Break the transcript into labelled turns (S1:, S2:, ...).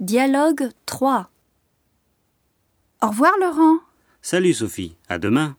S1: Dialogue 3 Au revoir Laurent.
S2: Salut Sophie, à demain.